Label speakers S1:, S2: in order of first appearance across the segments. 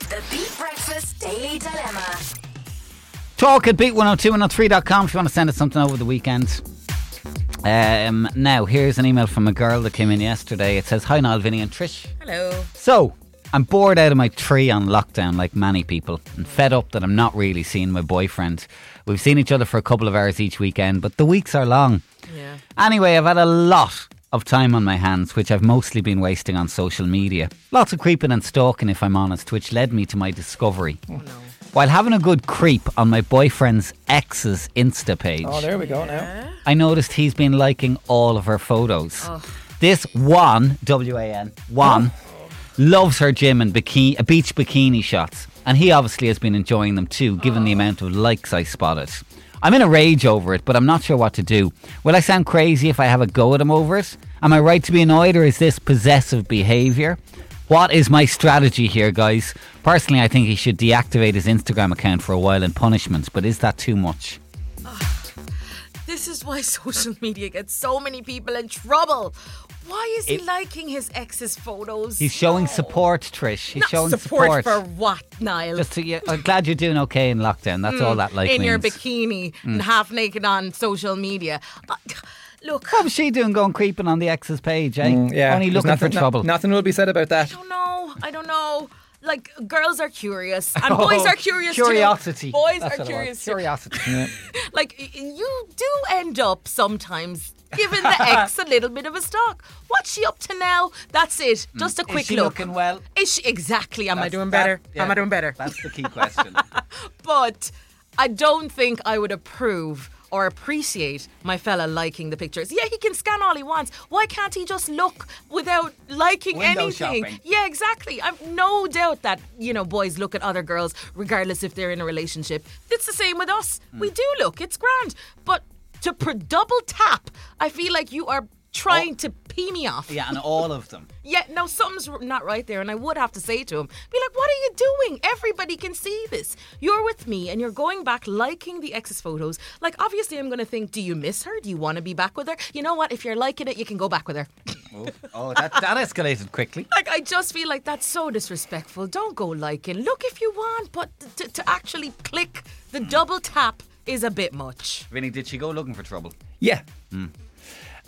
S1: The Beat Breakfast Daily Dilemma.
S2: Talk at beat102103.com if you want to send us something over the weekend. Um, now, here's an email from a girl that came in yesterday. It says, Hi, Niall, Vinny, and Trish.
S3: Hello.
S2: So, I'm bored out of my tree on lockdown, like many people, and fed up that I'm not really seeing my boyfriend. We've seen each other for a couple of hours each weekend, but the weeks are long.
S3: Yeah.
S2: Anyway, I've had a lot of time on my hands, which I've mostly been wasting on social media. Lots of creeping and stalking, if I'm honest, which led me to my discovery. While having a good creep on my boyfriend's ex's Insta page,
S4: Oh, there we go
S2: I noticed he's been liking all of her photos. This one, W A N, one, loves her gym and bikini, uh, beach bikini shots. And he obviously has been enjoying them too, given the amount of likes I spotted. I'm in a rage over it, but I'm not sure what to do. Will I sound crazy if I have a go at him over it? Am I right to be annoyed, or is this possessive behaviour? What is my strategy here, guys? Personally, I think he should deactivate his Instagram account for a while in punishment, but is that too much?
S3: This is why social media gets so many people in trouble. Why is he liking his ex's photos?
S2: He's showing
S3: No.
S2: support, Trish. He's
S3: Not
S2: showing
S3: support, for what, Niall?
S2: Just to, yeah, I'm glad you're doing okay in lockdown. That's all that like
S3: Mm,
S2: Mm.
S3: in your
S2: means.
S3: bikini and half naked on social media. Uh, look,
S2: What was she doing going creeping on the ex's page, eh?
S4: Mm, Yeah.
S2: Only
S4: there's
S2: looking
S4: nothing,
S2: for
S4: no-
S2: trouble.
S4: nothing will be said about
S3: I
S4: that.
S3: don't know. I don't know. Like girls are curious, and boys are curious. too.
S2: Curiosity.
S3: Boys
S2: That's
S3: are
S2: what it was.
S3: curious. too.
S2: Curiosity.
S3: Like y- you do end up sometimes giving the ex a little bit of a stalk. What's she up to now? That's it. Just a quick
S2: Mm. is she
S3: look.
S2: looking well?
S3: Is she exactly? Am I
S2: That's-
S3: doing
S2: that-
S3: better?
S2: yeah.
S3: Am I doing better?
S2: That's the key question.
S3: But I don't think I would approve or appreciate my fella liking the pictures. Yeah, he can scan all he wants. Why can't he just look without liking
S2: Window
S3: anything?
S2: shopping.
S3: Yeah, exactly. I've no doubt that, you know, boys look at other girls regardless if they're in a relationship. It's the same with us.
S2: Hmm.
S3: We do look. It's grand. But to pr- double tap, I feel like you are trying
S2: Oh.
S3: to pee me off.
S2: yeah, and all of them.
S3: Yeah, no, something's r- not right there, and I would have to say to him, be like, what are you doing? Everybody can see this. You're with me, and you're going back liking the ex's photos. Like, obviously, I'm going to think, do you miss her? Do you want to be back with her? You know what? If you're liking it, you can go back with her.
S2: Oh, oh, that, that escalated quickly.
S3: Like, I just feel like that's so disrespectful. Don't go liking. Look if you want, but t- to actually click the double tap is a bit much.
S2: Vinny, did she go looking for trouble?
S4: Yeah.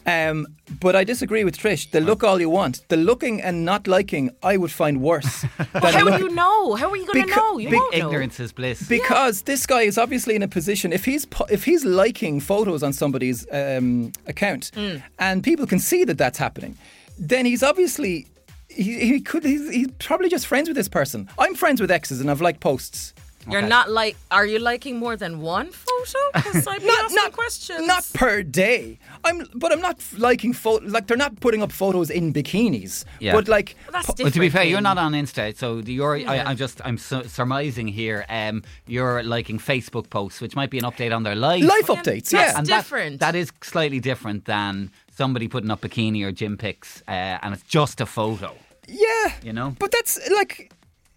S4: Um, but I disagree with Trish. The look all you want. The looking and not liking, I would find worse. than
S3: How
S4: look-
S3: would you know? How are you going to
S4: Becau-
S3: know? You
S4: big
S3: won't know.
S2: Ignorance is bliss.
S4: Because this guy is obviously in a position. If he's pu- if he's liking photos on somebody's um, account,
S2: Hmm.
S4: and people can see that that's happening, then he's obviously he, he could he's, he's probably just friends with this person. I'm friends with exes, and I've liked posts.
S3: You're
S2: Okay.
S3: not like. Are you liking more than one photo? Because I'd be asking questions.
S4: Not per day. I'm, but I'm not liking photo. Like they're not putting up photos in bikinis.
S2: Yeah.
S4: But like,
S3: Well, that's
S4: po-
S3: different.
S2: But to be fair,
S3: thing.
S2: you're not on Insta, so the- you're.
S3: Yeah.
S2: I, I'm just. I'm su- surmising here. Um, you're liking Facebook posts, which might be an update on their life.
S4: life updates.
S3: that's
S4: Yeah.
S3: di-
S2: that-
S3: different.
S2: that is slightly different than somebody putting up bikini or gym pics, uh, and it's just a photo.
S4: yeah.
S2: You know?
S4: But that's like.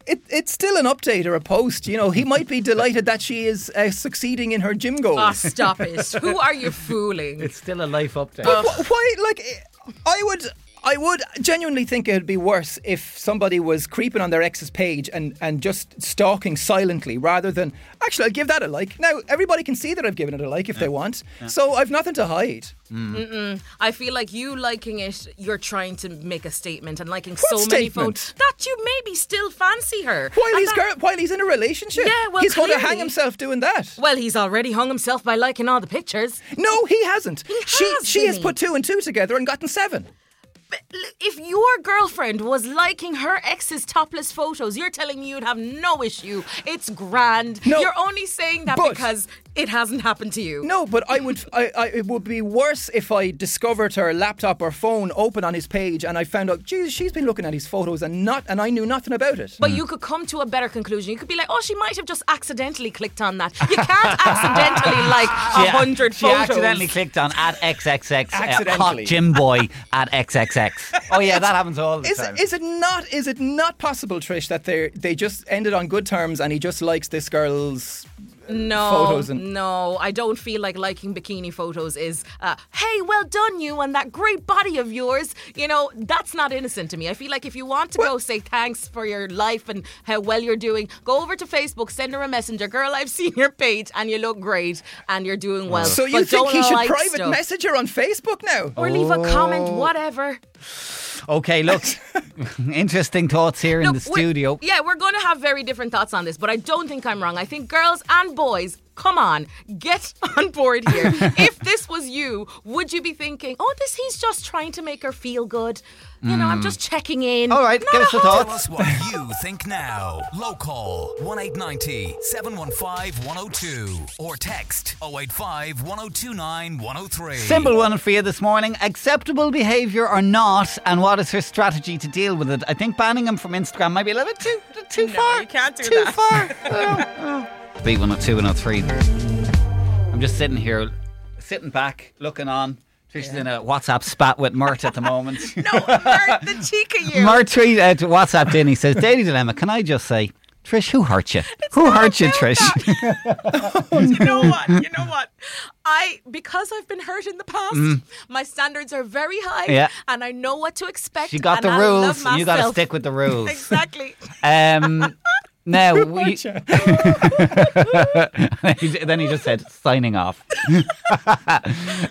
S4: It, it's still an update or a post, you know. He might be delighted that she is uh, succeeding in her gym goals.
S3: Ah, stop it. Who are you fooling?
S2: It's still a life update.
S4: Wh- Why? Like, eh, I would, I would genuinely think it would be worse if somebody was creeping on their ex's page and and just stalking silently, rather than actually, I'll give that a like. Now everybody can see that I've given it a like if they want, so I've nothing to hide.
S3: Mm. I feel like you liking it, you're trying to make a statement and liking
S4: What
S3: so many
S4: statement?
S3: photos that you maybe still fancy her.
S4: While
S3: And
S4: he's
S3: that-
S4: gar- while he's in a relationship,
S3: Yeah, well,
S4: he's going to hang
S3: clearly-
S4: himself doing that.
S3: Well, he's already hung himself by liking all the pictures.
S4: No, he hasn't. she
S3: has,
S4: she has
S3: Vinny.
S4: put two and two together and gotten seven.
S3: But l- if your girlfriend was liking her ex's topless photos, you're telling me you'd have no issue. It's grand.
S4: No,
S3: you're only saying that
S4: but-
S3: because it hasn't happened to you.
S4: No, but I would. I, I it would be worse if I discovered her laptop or phone open on his page, and I found out, Jesus, she's been looking at his photos and not, and I knew nothing about it.
S3: But you could come to a better conclusion. You could be like, oh, she might have just accidentally clicked on that. You can't accidentally like a
S2: She-
S3: hundred
S2: She
S3: photos.
S2: accidentally clicked on at XXX, uh, hot
S4: Accidentally.
S2: gym boy at XXX. Oh yeah, that happens all the
S4: is,
S2: time.
S4: is it not? Is it not possible, Trish, that they they just ended on good terms, and he just likes this girl's
S3: no,
S4: photos and
S3: no, I don't feel like liking bikini photos is, uh, hey, well done you and that great body of yours. You know, that's not innocent to me. I feel like if you want to go say thanks for your life and how well you're doing, go over to Facebook, send her a messenger. Girl, I've seen your page and you look great and you're doing well.
S4: So you
S3: but
S4: think
S3: don't
S4: he should
S3: like
S4: private Oh.
S3: stuff.
S4: message her on Facebook now?
S3: or leave a comment, whatever.
S2: Okay, look, interesting thoughts here in the
S3: we're-
S2: studio.
S3: Yeah, we're going to have very different thoughts on this, but I don't think I'm wrong. I think girls and boys, come on, get on board here. if this was you, would you be thinking, "Oh, this he's just trying to make her feel good"? You know, I'm just checking in.
S2: Mm. All right,
S3: Not
S2: give
S3: a
S2: us your
S3: hard-
S2: thoughts.
S5: Tell us what you think now. Local 1890 715 102 or text 085 1029 103.
S2: Simple one for you this morning. Acceptable behaviour or not, and what is her strategy to deal with it? I think banning him from Instagram might be a little bit too too far.
S3: you can't do
S2: too
S3: that.
S2: far. B one hundred two, one hundred three. I'm just sitting here, sitting back, looking on. Trish is in a WhatsApp spat with Mert at the moment.
S3: No, Mert, the cheek of you.
S2: Mert tweet uh, WhatsApped in. He says, "Daily dilemma. Can I just say?" Trish, who hurt you? who hurt you, Trish?
S3: Oh, you know what? You know what? I because I've been hurt in the past, my standards are very high,
S2: Mm. Yeah.
S3: and I know what to expect.
S2: She got
S3: and
S2: the
S3: I
S2: rules,
S3: love
S2: and you got to
S3: myself.
S2: stick with the rules.
S3: Exactly.
S2: Um, now, we, then he just said, signing off.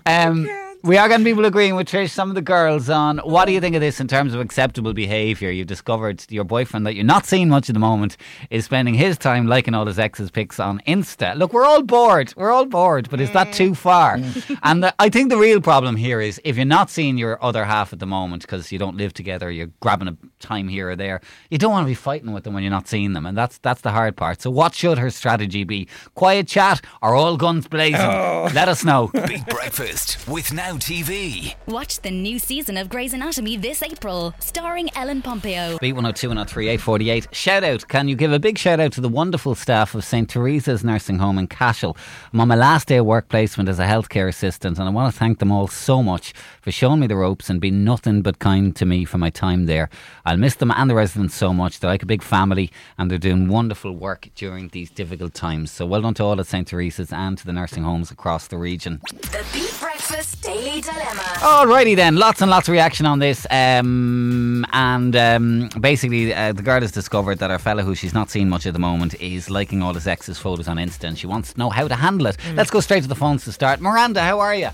S2: um, we are going to be agreeing with Trish, some of the girls on what do you think of this in terms of acceptable behaviour? You've discovered your boyfriend that you're not seeing much at the moment is spending his time liking all his ex's pics on Insta. Look, we're all bored. We're all bored, but is that too far? and the, I think the real problem here is if you're not seeing your other half at the moment because you don't live together, you're grabbing a time here or there, you don't want to be fighting with them when you're not seeing them. And that's that's the hard part. So, what should her strategy be? Quiet chat or all guns blazing? Let us know.
S5: Big Breakfast with Now TV.
S6: Watch the new season of Grey's Anatomy this April, starring Ellen Pompeo.
S2: Beat 102 and 848. Shout out. Can you give a big shout out to the wonderful staff of St. Teresa's Nursing Home in Cashel? I'm on my last day of work placement as a healthcare assistant, and I want to thank them all so much for showing me the ropes and being nothing but kind to me for my time there. I'll miss them and the residents so much. They're like a big family, and they're doing wonderful work during these difficult times. So well done to all at St. Teresa's and to the nursing homes across the region.
S1: The Beat Breakfast Daily Dilemma.
S2: Alrighty then, lots and lots of reaction on this, um, and um, basically uh, the girl has discovered that her fella, who she's not seen much at the moment, is liking all his ex's photos on Insta, and she wants to know how to handle it. Let's go straight to the phones to start. Miranda, how are you?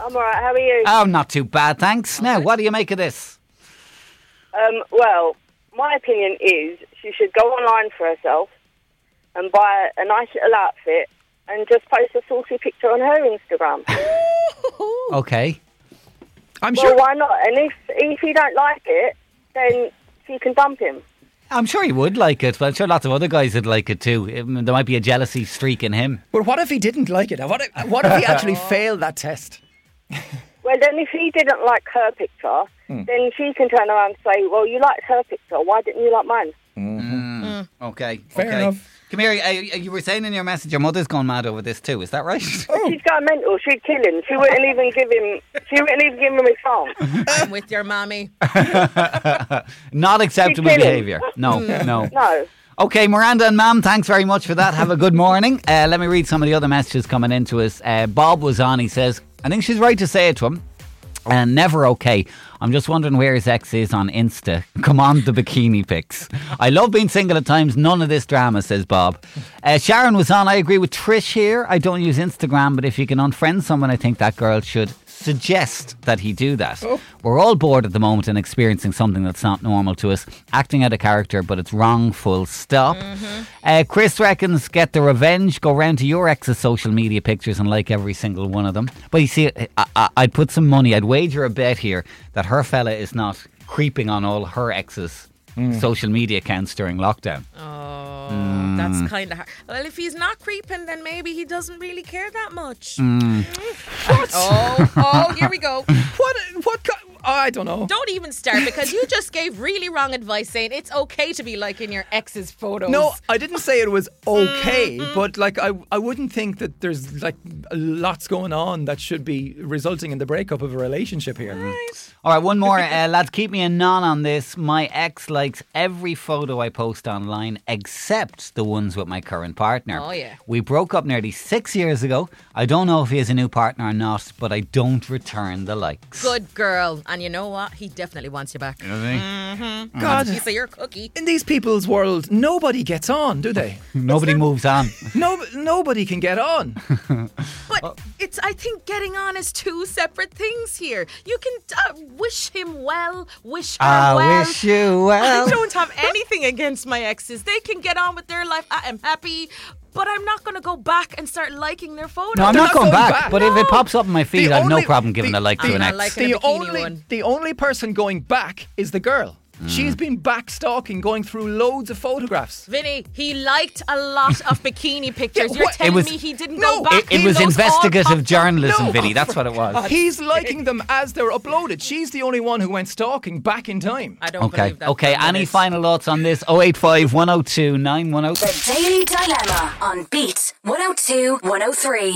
S7: I'm alright, how are you?
S2: Oh, not too bad, thanks. Now, what do you make of this?
S7: Um, well, my opinion is she should go online for herself and buy a nice little outfit and just post a saucy picture on her Instagram.
S2: Okay,
S4: I'm
S7: well,
S4: sure.
S7: why not? And if, if he don't like it, then she can dump him.
S2: I'm sure he would like it, but I'm sure lots of other guys would like it too. Um, There might be a jealousy streak in him.
S4: But what if he didn't like it? What if, what if he actually failed that test?
S7: Well, then if he didn't like her picture, then she can turn around and say, well, you liked her picture, why didn't you like mine?
S2: Okay,
S4: Fair
S2: okay.
S4: enough.
S2: Come here. Uh, you were saying in your message your mother's gone mad over this too. Is that right?
S7: She's going mental. She'd kill him. She wouldn't even give him. She wouldn't even give him his phone.
S3: I'm with your mommy.
S2: Not acceptable
S7: kidding.
S2: behaviour. No, no.
S7: No.
S2: Okay, Miranda and Mam, thanks very much for that. Have a good morning. Uh, let me read some of the other messages coming into us. Uh, Bob was on. He says, I think she's right to say it to him. Uh, never okay. I'm just wondering where his ex is on Insta. Come on, the bikini pics. I love being single at times. None of this drama, says Bob. Uh, Sharon was on. I agree with Trish here. I don't use Instagram, but if you can unfriend someone, I think that girl should suggest that he do that. We're all bored at the moment and experiencing something that's not normal to us, acting out of character, but it's wrong, full stop. Uh, Chris reckons get the revenge, go round to your ex's social media pictures and like every single one of them. But you see, I, I, I'd put some money, I'd wager a bet here that her fella is not creeping on all her ex's social media accounts during lockdown.
S3: That's kind of hard. Well, if he's not creeping, then maybe he doesn't really care that much.
S4: What?
S3: Mm. Oh, oh, here we go.
S4: What? What? ki- I don't know.
S3: Don't even start because you just gave really wrong advice saying it's okay to be liking your ex's photos.
S4: No, I didn't say it was okay,
S3: Mm-hmm.
S4: but like I, I wouldn't think that there's like lots going on that should be resulting in the breakup of a relationship here.
S2: All right, one more, uh, lads. Keep me a non on this. My ex likes every photo I post online except the ones with my current partner.
S3: Oh, yeah.
S2: We broke up nearly six years ago. I don't know if he has a new partner or not, but I don't return the likes.
S3: Good Mm. girl. And you know what? He definitely wants you back.
S2: You know what I mean?
S4: God,
S3: Piece of your cookie.
S4: in these people's world, nobody gets on, do they?
S2: Nobody moves on.
S4: No, nobody can get on.
S3: But it's, I think, getting on is two separate things here. You can uh, wish him well, Ah, wish her
S2: I
S3: well.
S2: wish you
S3: I
S2: well.
S3: don't have anything against my exes. They can get on with their life. I am happy, but I'm not going to go back and start liking their photos.
S2: No, I'm
S4: They're
S2: not going back, but if
S3: No.
S2: it pops up in my feed,
S4: The
S2: I've no
S4: only-
S2: problem giving
S4: the-
S2: a like to
S3: I'm
S2: an
S3: not
S2: ex.
S3: liking
S4: the
S3: a bikini
S4: only
S3: one. Mm.
S4: the only person going back is the girl. She's been back stalking, going through loads of photographs.
S3: Vinny, he liked a lot of bikini pictures.
S4: Yeah,
S3: You're
S4: what-
S3: telling
S2: It was-
S3: me he didn't
S4: No,
S3: go
S2: It
S3: back. when
S2: was
S3: those all popped
S2: investigative
S3: up?
S2: journalism,
S4: No.
S2: Vinny. That's what it was.
S4: He's liking them as they're uploaded. She's the only one who went stalking back in time.
S3: I don't
S2: Okay,
S3: believe that.
S2: okay.
S3: that
S2: Any
S3: is-
S2: final thoughts on this? 085 102 910.
S1: The Daily Dilemma on Beat 102 103.